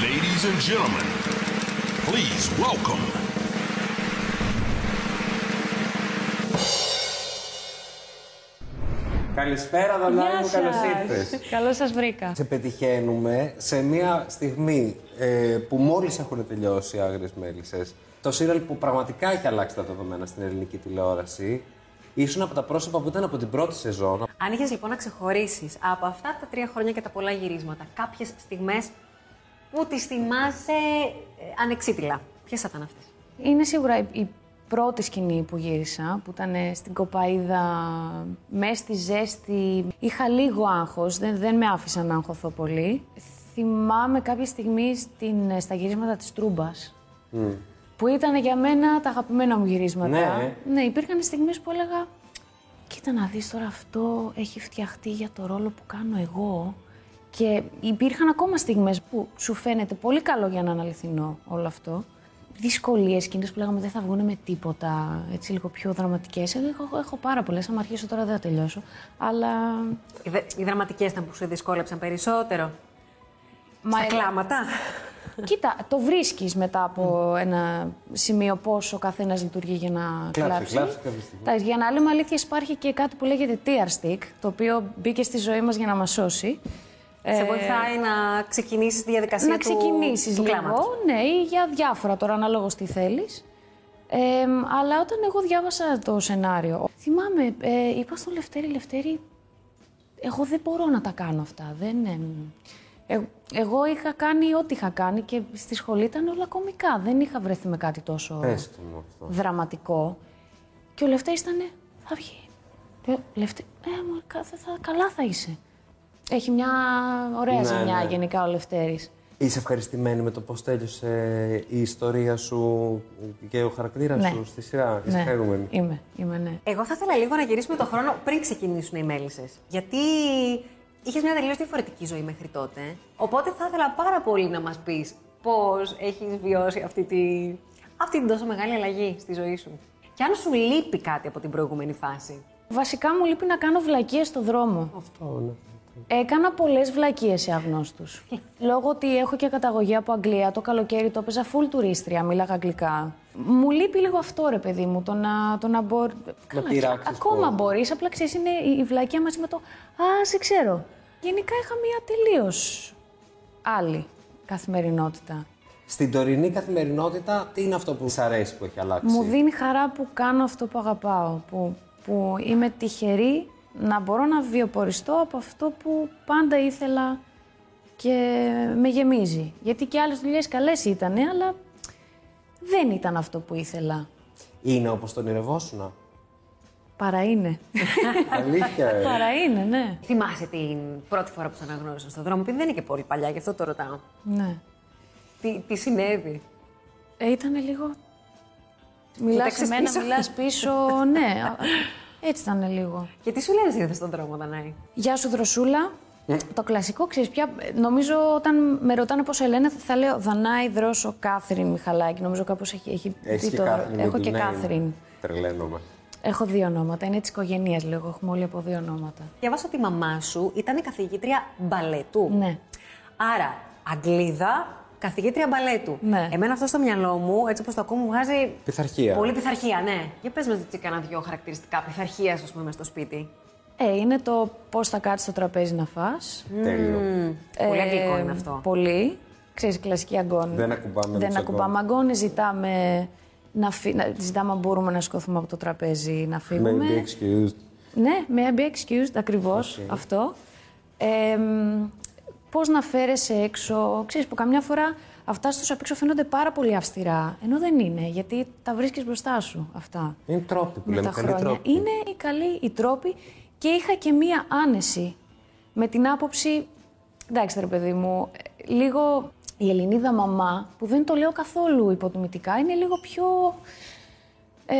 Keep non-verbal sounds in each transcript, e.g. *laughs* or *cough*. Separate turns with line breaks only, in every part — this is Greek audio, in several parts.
Ladies and gentlemen, please welcome.
Καλησπέρα, Δανάη
Γεια
μου,
σας.
καλώ ήρθες.
Καλώς σας βρήκα.
Σε πετυχαίνουμε σε μια στιγμή ε, που μόλις έχουν τελειώσει οι άγριες μέλισσες. Το σύριαλ που πραγματικά έχει αλλάξει τα δεδομένα στην ελληνική τηλεόραση. Ήσουν από τα πρόσωπα που ήταν από την πρώτη σεζόν.
Αν είχες λοιπόν να ξεχωρίσεις από αυτά τα τρία χρόνια και τα πολλά γυρίσματα κάποιες στιγμές που τις θυμάσαι ε, ανεξίτηλα, ποιες θα ήταν αυτές.
Είναι σίγουρα η, η πρώτη σκηνή που γύρισα, που ήταν ε, στην κοπαίδα, μέσα στη ζέστη. Είχα λίγο άγχος, δεν, δεν με άφησαν να αγχωθώ πολύ. Θυμάμαι κάποια στιγμή στην, ε, στα γυρίσματα της Τρούμπας, που ήταν για μένα τα αγαπημένα μου γυρίσματα.
Ναι.
ναι υπήρχαν στιγμές που έλεγα, κοίτα να δεις τώρα αυτό έχει φτιαχτεί για το ρόλο που κάνω εγώ. Και υπήρχαν ακόμα στιγμές που σου φαίνεται πολύ καλό για να αναλυθινό όλο αυτό. Δυσκολίες, εκείνε που λέγαμε δεν θα βγουν με τίποτα, έτσι λίγο πιο δραματικές. Έχω, έχω πάρα πολλές. Αν αρχίσω τώρα δεν θα τελειώσω. Αλλά.
Οι, δε- οι δραματικές ήταν που σου δυσκόλεψαν περισσότερο.
Μα- ε,
Στα κλάματα.
Κοίτα, το βρίσκεις μετά από ένα σημείο πόσο ο καθένας λειτουργεί για να κλάψει.
κλάψε κάποια στιγμή.
Τα- για να λέμε αλήθεια, υπάρχει και κάτι που λέγεται tear stick, το οποίο μπήκε στη ζωή μας για να μας σώσει.
Σε βοηθάει να ξεκινήσεις τη διαδικασία
ε, να
του-
ξεκινήσεις
του
λίγο.
κλάματος.
Ναι, ή για διάφορα τώρα, ανάλογο τι θέλεις. Ε, αλλά όταν εγώ διάβασα το σενάριο, θυμάμαι, ε, είπα στον Λευτέρη, Λευτέρη, εγώ δεν μπορώ να τα κάνω αυτά. Δεν, εμ, ε, εγώ είχα κάνει ό,τι είχα κάνει και στη σχολή ήταν όλα κομικά. Δεν είχα βρεθεί με κάτι τόσο
Πες του μου αυτό.
δραματικό. Και ο Λευτέρης ήταν, θα βγει. Λέω, Λευτέ, ε, μα, κα- θα- θα- καλά θα είσαι. Έχει μια ωραία
Ναι,
ζημιά
ναι.
γενικά ο Λευτέρης.
Είσαι ευχαριστημένη με το πώς τέλειωσε η ιστορία σου και ο χαρακτήρας
Ναι.
σου στη σειρά. Είσαι
Ναι,
χαρούμενη.
είμαι, είμαι, ναι.
Εγώ θα ήθελα λίγο να γυρίσουμε το χρόνο πριν ξεκινήσουν οι μέλισσες. Γιατί είχες μια τελείως διαφορετική ζωή μέχρι τότε. Οπότε θα ήθελα πάρα πολύ να μας πεις πώς έχεις βιώσει αυτή, τη... αυτή την τόσο μεγάλη αλλαγή στη ζωή σου. Και αν σου λείπει κάτι από την προηγούμενη φάση.
Βασικά μου λείπει να κάνω βλακίες στο δρόμο.
Αυτό, ναι.
Έκανα πολλές βλακίες σε αγνώστους. Λόγω ότι έχω και καταγωγή από Αγγλία, το καλοκαίρι το έπαιζα full τουρίστρια, μίλαγα αγγλικά. Μου λείπει λίγο αυτό ρε παιδί μου, το να, το να μπορεί.
πειράξεις
Ακόμα
κόσμο.
μπορείς, απλά ξέρεις είναι η, η βλακία μαζί με το Α, σε ξέρω. Γενικά είχα μία τελείως άλλη καθημερινότητα.
Στην τωρινή καθημερινότητα, τι είναι αυτό που σ' αρέσει που έχει αλλάξει.
Μου δίνει χαρά που κάνω αυτό που αγαπάω, που, που είμαι τυχερή να μπορώ να βιοποριστώ από αυτό που πάντα ήθελα και με γεμίζει. Γιατί και άλλες δουλειές καλές ήταν, αλλά δεν ήταν αυτό που ήθελα.
Είναι όπως τον ονειρευόσουνα.
Παρά είναι.
Αλήθεια.
*laughs*
ε.
Παρά είναι, ναι.
Θυμάσαι την πρώτη φορά που σε αναγνώρισα στον δρόμο, επειδή δεν είναι και πολύ παλιά, γι' αυτό το ρωτάω.
ναι.
Τι, τι συνέβη.
Ε, ήταν λίγο... Μιλάς σε
Κοίταξες
μένα,
πίσω.
μιλάς πίσω, *laughs* ναι. α- Έτσι ήταν λίγο.
Και τι σου λένε συνήθως στον δρόμο, Δανάη.
Γεια σου, Δροσούλα.
Ναι.
Το κλασικό ξέρεις πια. Νομίζω όταν με ρωτάνε πώς σε λένε, θα λέω Δανάη, Δρόσο, Κάθριν Μιχαλάκη. Νομίζω κάπως έχει, έχει
Έχεις
πει
και
το-
Κάθριν.
Έχω
με
και
την Νέη.
Κάθριν.
Τρελαίνομαι.
Έχω δύο ονόματα. Είναι της οικογένειας λίγο. Έχουμε όλοι από δύο ονόματα.
Διαβάσα ότι η μαμά σου ήταν καθηγήτρια μπαλέτου.
Ναι.
Άρα, Αγγλίδα, καθηγήτρια μπαλέτου.
Ναι.
Εμένα αυτό στο μυαλό μου, έτσι όπως το ακούω, μου βγάζει.
Πειθαρχία.
Πολύ πειθαρχία, ναι. Για πες μα έτσι κάνα δυο χαρακτηριστικά πειθαρχίας, ας πούμε, μες στο σπίτι.
Ε, είναι το πώς θα κάτσεις στο τραπέζι να φά.
Τέλειο.
Ε,
Πολύ αγγλικό είναι αυτό.
Πολύ. Ξέρεις, κλασική αγκόνη.
Δεν ακουμπάμε τους
Δεν ακουμπάμε αγκόνη. Ζητάμε, να φυ... να... ζητάμε αν μπορούμε να σηκωθούμε από το τραπέζι να φύγουμε.
Maybe excused.
Ναι, με be excused ακριβώς αυτό. Ε, Πώς να φέρεσαι έξω. Ξέρεις που καμιά φορά αυτά στους απ' έξω φαίνονται πάρα πολύ αυστηρά. Ενώ δεν είναι, γιατί τα βρίσκεις μπροστά σου αυτά.
Είναι τρόποι που
με
λέμε.
τα
Καλή
χρόνια.
τρόποι.
Είναι οι καλοί οι τρόποι και είχα και μία άνεση με την άποψη. Εντάξει, ρε παιδί μου, ε, λίγο η Ελληνίδα μαμά, που δεν το λέω καθόλου υποτιμητικά, είναι λίγο πιο. Ε,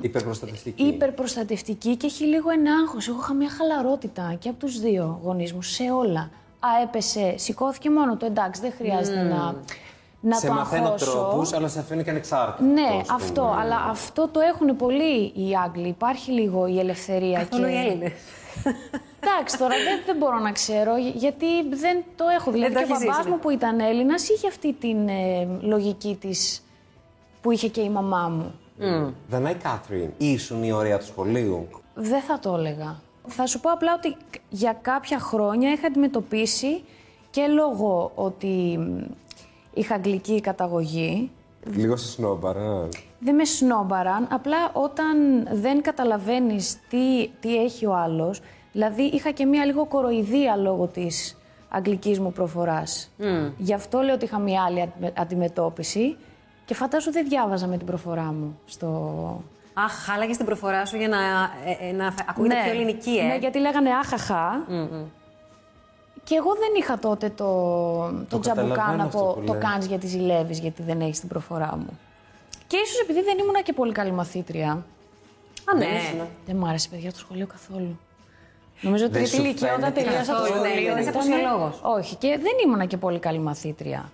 Υπερπροστατευτική.
υπερπροστατευτική και έχει λίγο ένα άγχος. Εγώ είχα μια χαλαρότητα και από τους δύο γονείς μου σε όλα. Α, έπεσε, σηκώθηκε μόνο του, εντάξει, δεν χρειάζεται να, να
σε
το
μαθαίνω
αγχώσω.
τρόπους, αλλά σε αφήνω και ανεξάρτητος.
Ναι,
ας πούμε.
αυτό, αλλά αυτό το έχουν πολύ οι Άγγλοι. Υπάρχει λίγο η ελευθερία.
Καθόλου
και...
οι Έλληνες.
Εντάξει, τώρα δεν, δεν μπορώ να ξέρω, γε- γιατί δεν το έχω. Δηλαδή
το
και ο
έχεις ζήσει,
μπαμπάς
ναι.
μου που ήταν Έλληνας είχε αυτή την ε, λογική της που είχε και η μαμά μου.
Δανάη Κάθριν, ήσουν η ωραία του σχολείου.
Δεν θα το έλεγα. Θα σου πω απλά ότι για κάποια χρόνια είχα αντιμετωπίσει και λόγω ότι μ, είχα αγγλική καταγωγή,
Λίγο σε σνόμπαρα.
δεν με σνόμπαραν, απλά όταν δεν καταλαβαίνεις τι, τι έχει ο άλλος, δηλαδή είχα και μία λίγο κοροϊδία λόγω της αγγλικής μου προφοράς. Γι' αυτό λέω ότι είχα μία άλλη αντιμε- αντιμετώπιση και φαντάζομαι δεν διάβαζα με την προφορά μου στο...
Αχ, χάλαγες την προφορά σου για να, ε, ε, να φε- ακούγεται πιο ελληνική, ε.
Ναι, γιατί λέγανε άχαχα. Και εγώ δεν είχα τότε το, το, τζαμπουκά
καταλαβαίνω
να
αυτό
πω
που
το
λες.
κάνεις γιατί ζηλεύεις, γιατί δεν έχεις την προφορά μου. Και ίσως επειδή δεν ήμουνα και πολύ καλή μαθήτρια,
Α, ναι.
Δεν μ' άρεσε, παιδιά, το σχολείο καθόλου. Νομίζω ότι
Δεν
τρίτη
σου
ηλικία όταν
φαίνεται
τελείωσα το
καθόλου, ναι,
σχολείο.
δεν είσαι
ήταν-
αποσιολόγος.
Όχι, και δεν ήμουνα και πολύ καλή μαθήτρια.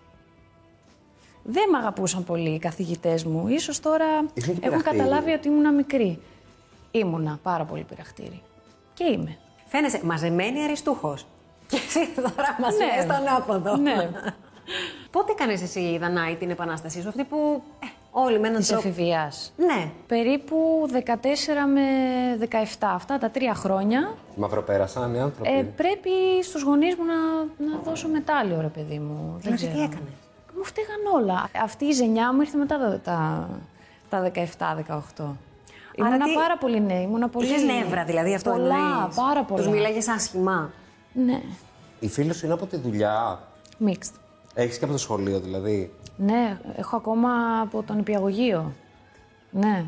Δεν μ' αγαπούσαν πολύ οι καθηγητές μου. Ίσως τώρα
και
έχουν
πειραχτήρι.
καταλάβει ότι ήμουνα μικρή. Ήμουνα πάρα πολύ πειραχτήρη. Και είμαι.
Φαίνεσαι μαζεμένη αριστούχος. Και εσύ τώρα μας
Ναι.
ναι. στον άποδο.
Ναι.
Πότε έκανε εσύ, Δανάη, την επανάστασή σου, αυτή που ε, όλοι με έναν
Της
τρόπο.
εφηβείας.
Ναι.
Περίπου 14 με 17, αυτά τα τρία χρόνια.
Μαυροπέρασαν οι άνθρωποι.
Ε, πρέπει στους γονείς μου να, να δώσω μετάλλιο, ρε παιδί μου. Δεν
Λες, τι
ξέρω.
έκανες?
Μου φταίγαν όλα. Αυτή η ζενιά μου ήρθε μετά τα, τα, τα 17-18. Ήμουνα
τι-
πάρα πολύ νέα. Ήμουνα πολύ...
Είχες νεύρα, δηλαδή αυτό
Πολλά,
εννοείς.
πάρα πολλά.
Του μιλάγε άσχημα.
Ναι,
Η φίλη σου είναι από τη δουλειά.
mixed.
Έχεις και από το σχολείο δηλαδή.
Ναι, έχω ακόμα από τον υπηαγωγείο. Ναι.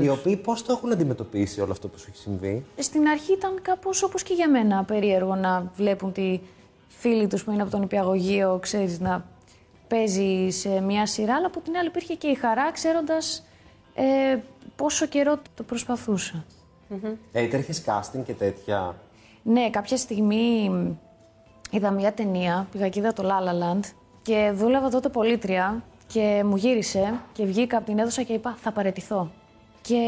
Οι οποίοι πώς το έχουν αντιμετωπίσει όλο αυτό που σου έχει συμβεί.
Ε, Στην αρχή ήταν κάπως όπως και για μένα περίεργο να βλέπουν τη φίλη τους που είναι από τον υπηαγωγείο, ξέρεις, να παίζει σε μια σειρά, αλλά από την άλλη υπήρχε και η χαρά ξέροντας ε, πόσο καιρό το προσπαθούσα.
Έτρεχε Ε, casting και τέτοια.
Ναι, κάποια στιγμή μ, είδα μια ταινία, πήγα και είδα το La La Land και δούλευα τότε πολίτρια και μου γύρισε και βγήκα από την αίθουσα και είπα θα παρετηθώ. Και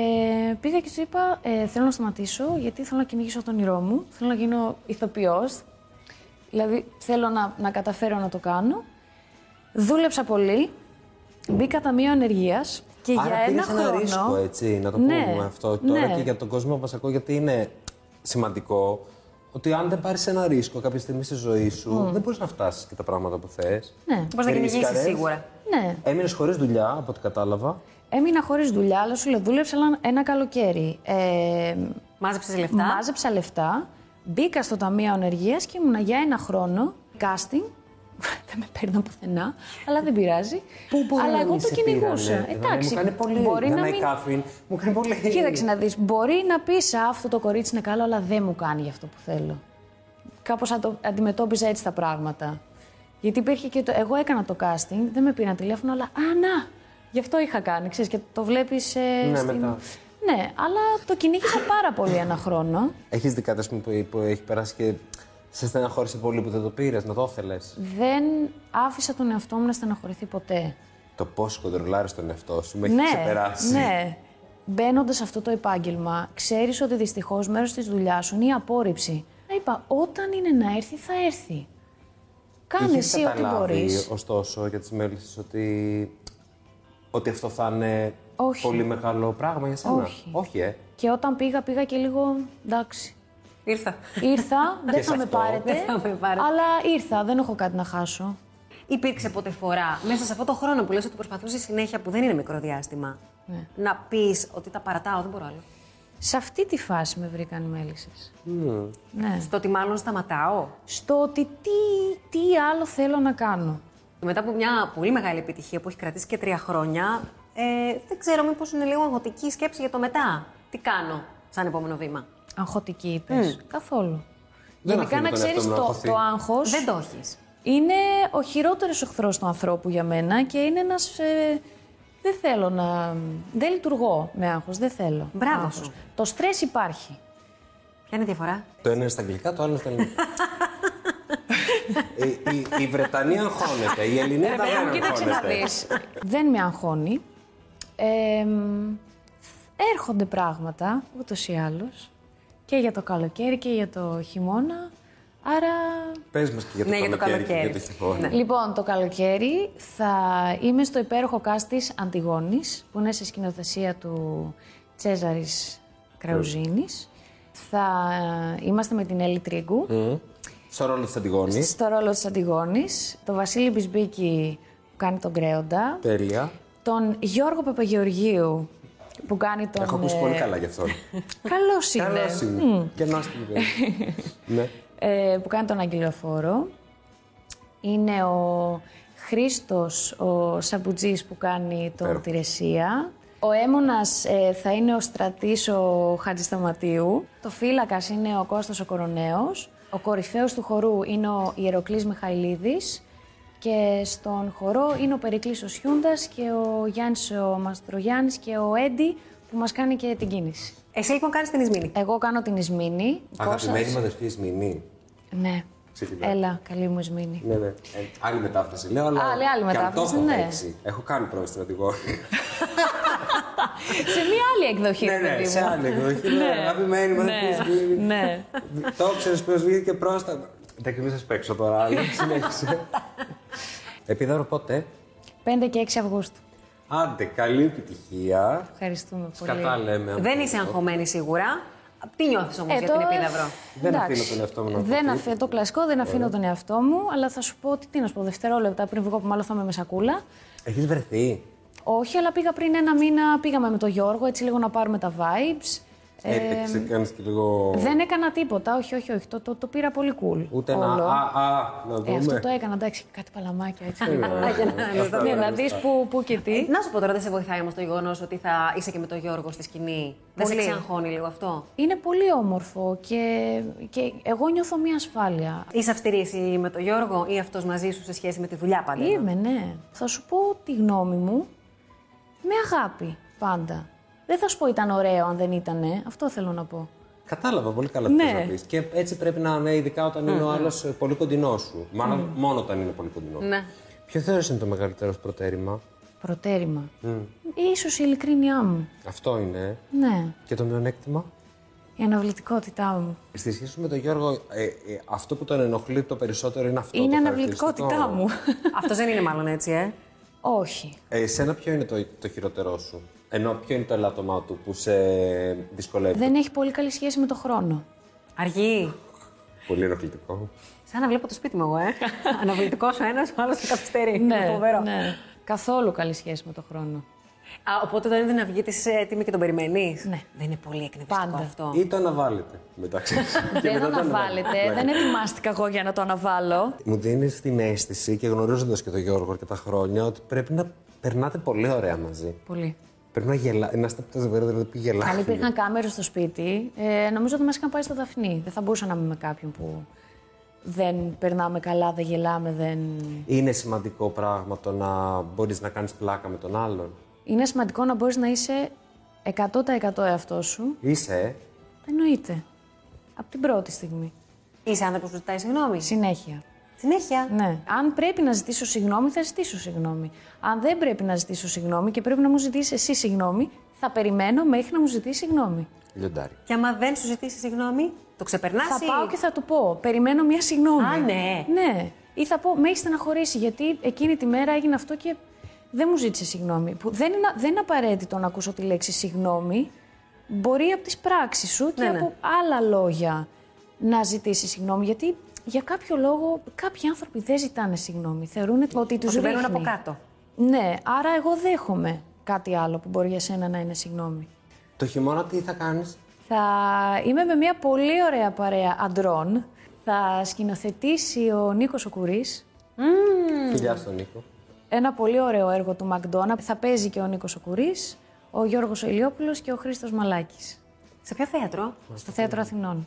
πήγα και του είπα «Ε, θέλω να σταματήσω γιατί θέλω να κυνηγήσω τον όνειρό μου, θέλω να γίνω ηθοποιός, δηλαδή θέλω να, να καταφέρω να το κάνω. Δούλεψα πολύ, μπήκα ταμείο ανεργίας και για
Άρα
ένα
πήρες
χρόνο...
ένα ρίσκο, έτσι, να το
Ναι,
πούμε αυτό τώρα
ναι.
και για τον κόσμο που μας ακούει, γιατί είναι σημαντικό ότι αν δεν πάρεις ένα ρίσκο κάποια στιγμή στη ζωή σου, δεν μπορείς να φτάσεις και τα πράγματα που θες.
Ναι.
Μπορεί να
Δεν
κυνηγήσει
ρίσκαρες.
σίγουρα.
Ναι.
Έμεινες χωρίς δουλειά, από ό,τι κατάλαβα.
Έμεινα χωρίς δουλειά, αλλά σου λέω δούλεψα ένα- ένα καλοκαίρι. Ε,
Μάζεψες λεφτά.
μάζεψα λεφτά, μπήκα στο Ταμείο Ανεργίας και ήμουνα για ένα χρόνο casting. *laughs* δεν με παίρναν πουθενά, αλλά δεν πειράζει. αλλά εγώ το κυνηγούσα. Εντάξει,
μου κάνει πολύ.
μπορεί να μην.
Κάθριν, μου κάνει πολύ.
Κοίταξε να δεις, μπορεί να πεις «Α, αυτό το κορίτσι είναι καλό, αλλά δεν μου κάνει για αυτό που θέλω. Κάπως αν το- αντιμετώπιζα έτσι τα πράγματα. Γιατί υπήρχε και το... Εγώ έκανα το casting, δεν με πήραν τηλέφωνο, αλλά «Α, να, γι' αυτό είχα κάνει», ξέρεις, και το βλέπεις ε,
Ναι, μετά.
Ναι, αλλά το κυνήγησα πάρα πολύ ένα χρόνο.
Έχεις δει κάτι ας πούμε, που, που έχει περάσει και σε στεναχώρησε πολύ που δεν το πήρες, να το ήθελες.
Δεν άφησα τον εαυτό μου να στεναχωρηθεί ποτέ.
Το πώς κοντρολάρεις τον εαυτό σου με έχει
ναι,
ξεπεράσει.
Ναι. Μπαίνοντας σε αυτό το επάγγελμα, ξέρεις ότι δυστυχώς μέρος της δουλειάς σου είναι η απόρριψη. Να είπα, όταν είναι να έρθει, θα έρθει. Κάνε
Είχες
εσύ ό,τι
καταλάβει,
μπορείς.
ωστόσο, για τις μέλησες ότι, ότι αυτό θα είναι
Όχι.
πολύ μεγάλο πράγμα για σένα.
Όχι.
ε.
Και όταν πήγα, πήγα και λίγο. Εντάξει.
Ήρθα.
*laughs*
Ήρθα,
Και
δεν
σε
θα με
αυτό.
πάρετε.
Δεν θα με πάρετε.
Αλλά ήρθα, δεν έχω κάτι να χάσω.
Υπήρξε ποτέ φορά μέσα σε αυτό το χρόνο που λες ότι προσπαθούσε συνέχεια που δεν είναι μικρό διάστημα
Ναι.
να πεις ότι τα παρατάω, δεν μπορώ άλλο.
Σε αυτή τη φάση με βρήκαν οι μέλισσες. Ναι.
Στο ότι μάλλον σταματάω.
Στο ότι τι, τι άλλο θέλω να κάνω.
Μετά από μια πολύ μεγάλη επιτυχία που έχει κρατήσει και τρία χρόνια, ε, δεν ξέρω μήπως είναι λίγο αγχωτική η σκέψη για το μετά. Τι κάνω σαν επόμενο βήμα.
Αγχωτική είπες. Καθόλου.
Ναι. Δεν
Γενικά
αφήνω
να
τον εαυτό
ξέρεις
μου να
το,
αγχωθεί.
το άγχος
Δεν το έχεις.
είναι ο χειρότερος εχθρός του ανθρώπου για μένα και είναι ένας... ε, δεν θέλω να... Δεν λειτουργώ με άγχος, δεν θέλω.
Μπράβο
άγχος.
σου.
Το στρες υπάρχει.
Ποια είναι η διαφορά.
Το ένα είναι στα αγγλικά, το άλλο είναι στα ελληνικά.
*laughs*
η, η, η Βρετανία αγχώνεται, η Ελληνίδα δεν
ναι, Κοίταξε να
αγχώνεται.
δεις. δεν με αγχώνει. Ε, μ, έρχονται πράγματα, ούτως ή άλλως. Και για το καλοκαίρι και για το χειμώνα. Άρα
Πες μας και για το
Ναι, για το
καλοκαίρι και για το
καλοκαίρι.
χειμώνα.
Λοιπόν, το καλοκαίρι θα είμαι στο υπέροχο κάστης Αντιγόνης, που είναι σε σκηνοθεσία του Τσέζαρης Κραουζίνης.
Ναι.
Θα ε, είμαστε με την Έλλη Τρίγκου,
Στο ρόλο της Αντιγόνης.
στο ρόλο της Αντιγόνης, τον Βασίλη Μπισμπίκη που κάνει τον
Ναι.
Κρέοντα,
Τέλεια.
τον Γιώργο Παπαγεωργίου που κάνει τον...
Έχω ακούσει
ε,
πολύ καλά γι' αυτό.
Καλός είναι.
Καλός είναι. Και να στην
*laughs*
ιδέα. Ναι.
ε, που κάνει τον Αγγελιοφόρο. Είναι ο Χρήστος, ο Σαμπουτζής που κάνει τον
Υπέροχο.
Τηρεσία. Ο Έμονας ε, θα είναι ο Στρατής ο Χατζησταματίου. Το Φύλακας είναι ο Κώστας ο Κοροναίος. Ο κορυφαίος του χορού είναι ο Ιεροκλής Μιχαηλίδης. Και στον χορό είναι ο Περικλής ο Σιούντας και ο Γιάννης ο Μαστρογιάννης και ο Έντι που μας κάνει και την κίνηση.
Εσύ λοιπόν κάνεις την Ισμήνη.
Εγώ κάνω την Ισμήνη.
Αγαπημένη μου αδερφή Ισμηνή.
Ναι.
Ξεκινάει.
Έλα, καλή μου Ισμήνη.
Ναι, ναι. Ε, άλλη μετάφραση λέω, αλλά.
Άλλη- άλλη
και αν το
μετάφραση,
έχω
ναι.
παίξει. Έχω κάνει πρόβα στην Αντιγόνη.
σε μια άλλη εκδοχή,
Ναι,
ρε
ναι,
παιδί
σε
μου.
άλλη εκδοχή. ναι, Αγαπημένη μου αδερφή Ισμηνή.
Ναι, ναι.
Το ξέρεις ποιος βγήκε πρόστα. Εντάξει, μην σας παίξω τώρα,
*laughs*
αλλά συνέχισε. Επίδαρο πότε.
5 και 6 Αυγούστου.
Άντε, καλή επιτυχία.
Ευχαριστούμε πολύ.
Κατά λέμε. αν
Δεν
το
είσαι
πω.
αγχωμένη σίγουρα. Τι νιώθεις όμως
Ε,
για
το-
την επίδαυρο.
Δεν
εντάξει.
αφήνω τον εαυτό μου να
Δεν
αποθεί.
αφήνω το κλασικό, δεν αφήνω τον εαυτό μου, αλλά θα σου πω ότι τι να σου πω, δευτερόλεπτα πριν βγω που μάλλον θα είμαι με σακούλα.
Έχεις βρεθεί.
Όχι, αλλά πήγα πριν ένα μήνα, πήγαμε με τον Γιώργο, έτσι λίγο να πάρουμε τα vibes.
Έπαιξε, κάνει και λίγο.
Ε, Δεν έκανα τίποτα, όχι, όχι, όχι. Το, το, το πήρα πολύ cool.
Ούτε
όλο.
ένα. Α, α, να
Ε, αυτό το
δούμε.
έκανα, εντάξει, κάτι παλαμάκια έτσι. *laughs*
Ε,
για να-
αυτά
Ναι,
τα
να
γνωστά.
δεις που, που και τι.
Ε, Να σου πω τώρα, δεν σε βοηθάει όμως το γεγονός ότι θα είσαι και με τον Γιώργο στη σκηνή. Δεν σε
Πολύ.
ξεαγχώνει λίγο αυτό.
Είναι πολύ όμορφο και, και εγώ νιώθω μια ασφάλεια.
Είσαι αυστηρή εσύ με τον Γιώργο ή αυτός μαζί σου σε σχέση με τη δουλειά πάντα.
Είμαι, ναι. Θα σου πω τη γνώμη μου με αγάπη πάντα. Δεν θα σου πω ήταν ωραίο αν δεν ήτανε. Αυτό θέλω να πω.
Κατάλαβα πολύ καλά τι
Ναι.
θες να πεις. Και έτσι πρέπει να είναι, ειδικά όταν είναι ο άλλο πολύ κοντινός σου. Μάλλον
Ναι.
μόνο όταν είναι πολύ κοντινός.
Ναι.
Ποιο θεωρεί είναι το μεγαλύτερο σου προτέρημα.
Προτέρημα. Ίσως η ειλικρίνειά μου.
Αυτό είναι.
Ναι.
Και το μειονέκτημα.
Η αναβλητικότητά μου.
Στη σχέση σου με τον Γιώργο, ε, ε, αυτό που τον ενοχλεί το περισσότερο είναι αυτό.
είναι
το
αναβλητικότητά
*laughs* χαρακτηριστικό.
μου.
αυτός δεν είναι μάλλον έτσι, ε.
Όχι.
Ε, Εσένα ποιο είναι το, το χειρότερό σου. Ενώ ποιο είναι το ελάττωμά του που σε δυσκολεύει.
Δεν έχει πολύ καλή σχέση με το χρόνο.
Αργή.
Πολύ ενοχλητικό.
Σαν να βλέπω το σπίτι μου εγώ, *laughs* ε. Αναβλητικός ο ένας, ο άλλος σε καθυστερεί. Είναι φοβερό.
ναι. Καθόλου καλή σχέση με το χρόνο.
Α, οπότε όταν είναι να βγει της έτοιμη και τον περιμένεις.
Ναι.
Δεν είναι πολύ εκνευριστικό
Πάντα.
αυτό.
Ή το αναβάλλετε μεταξύ σα.
δεν αναβάλλεται.
Ναι.
δεν ετοιμάστηκα εγώ για να το αναβάλω.
Μου δίνεις την αίσθηση και γνωρίζοντας και τον Γιώργο αρκετά χρόνια ότι πρέπει να περνάτε πολύ ωραία μαζί.
Πολύ.
Πρέπει να, γελά... να είστε από τα ζευγάρια δηλαδή που γελάει.
Αν υπήρχαν κάμερες στο σπίτι, ε, νομίζω ότι μας είχαν πάει στο Δαφνί. Δεν θα μπορούσα να είμαι με κάποιον που δεν περνάμε καλά, δεν γελάμε, δεν.
Είναι σημαντικό πράγμα το να μπορείς να κάνεις πλάκα με τον άλλον.
Είναι σημαντικό να μπορείς να είσαι 100% εαυτός σου.
Είσαι. ε.
Εννοείται. Από την πρώτη στιγμή.
Είσαι άνθρωπος που ζητάει συγγνώμη.
Συνέχεια.
Συνέχεια.
Ναι. Αν πρέπει να ζητήσω συγγνώμη, θα ζητήσω συγγνώμη. Αν δεν πρέπει να ζητήσω συγγνώμη και πρέπει να μου ζητήσει εσύ συγγνώμη, θα περιμένω μέχρι να μου ζητήσει συγγνώμη.
Λιοντάρι.
Και άμα δεν σου ζητήσει συγγνώμη, το ξεπερνάς.
Θα πάω και θα του πω. Περιμένω μια συγγνώμη.
Α, ναι.
Ναι. Ή θα πω, με έχεις στεναχωρήσει, γιατί εκείνη τη μέρα έγινε αυτό και δεν μου ζήτησε συγγνώμη. Που δεν, είναι, δεν είναι απαραίτητο να ακούσω τη λέξη συγγνώμη. Μπορεί από τις πράξεις σου και
Ναι, ναι.
από άλλα λόγια να ζητήσεις συγγνώμη. Γιατί για κάποιο λόγο κάποιοι άνθρωποι δεν ζητάνε συγγνώμη. Θεωρούν ότι του
Ότι μπαίνουν
ρίχνει.
από κάτω.
Ναι, άρα εγώ δέχομαι κάτι άλλο που μπορεί για σένα να είναι συγγνώμη.
Το χειμώνα τι θα κάνεις.
Θα είμαι με μια πολύ ωραία παρέα αντρών. Θα σκηνοθετήσει ο Νίκος ο Κουρής
Φιλιά στον Νίκο.
ένα πολύ ωραίο έργο του Μακδόνα. Θα παίζει και ο Νίκος ο Κουρής, ο Γιώργος ο Ηλιόπουλος και ο Χρήστος Μαλάκης
Σε ποιο θέατρο.
στο Θέατρο Αθηνών.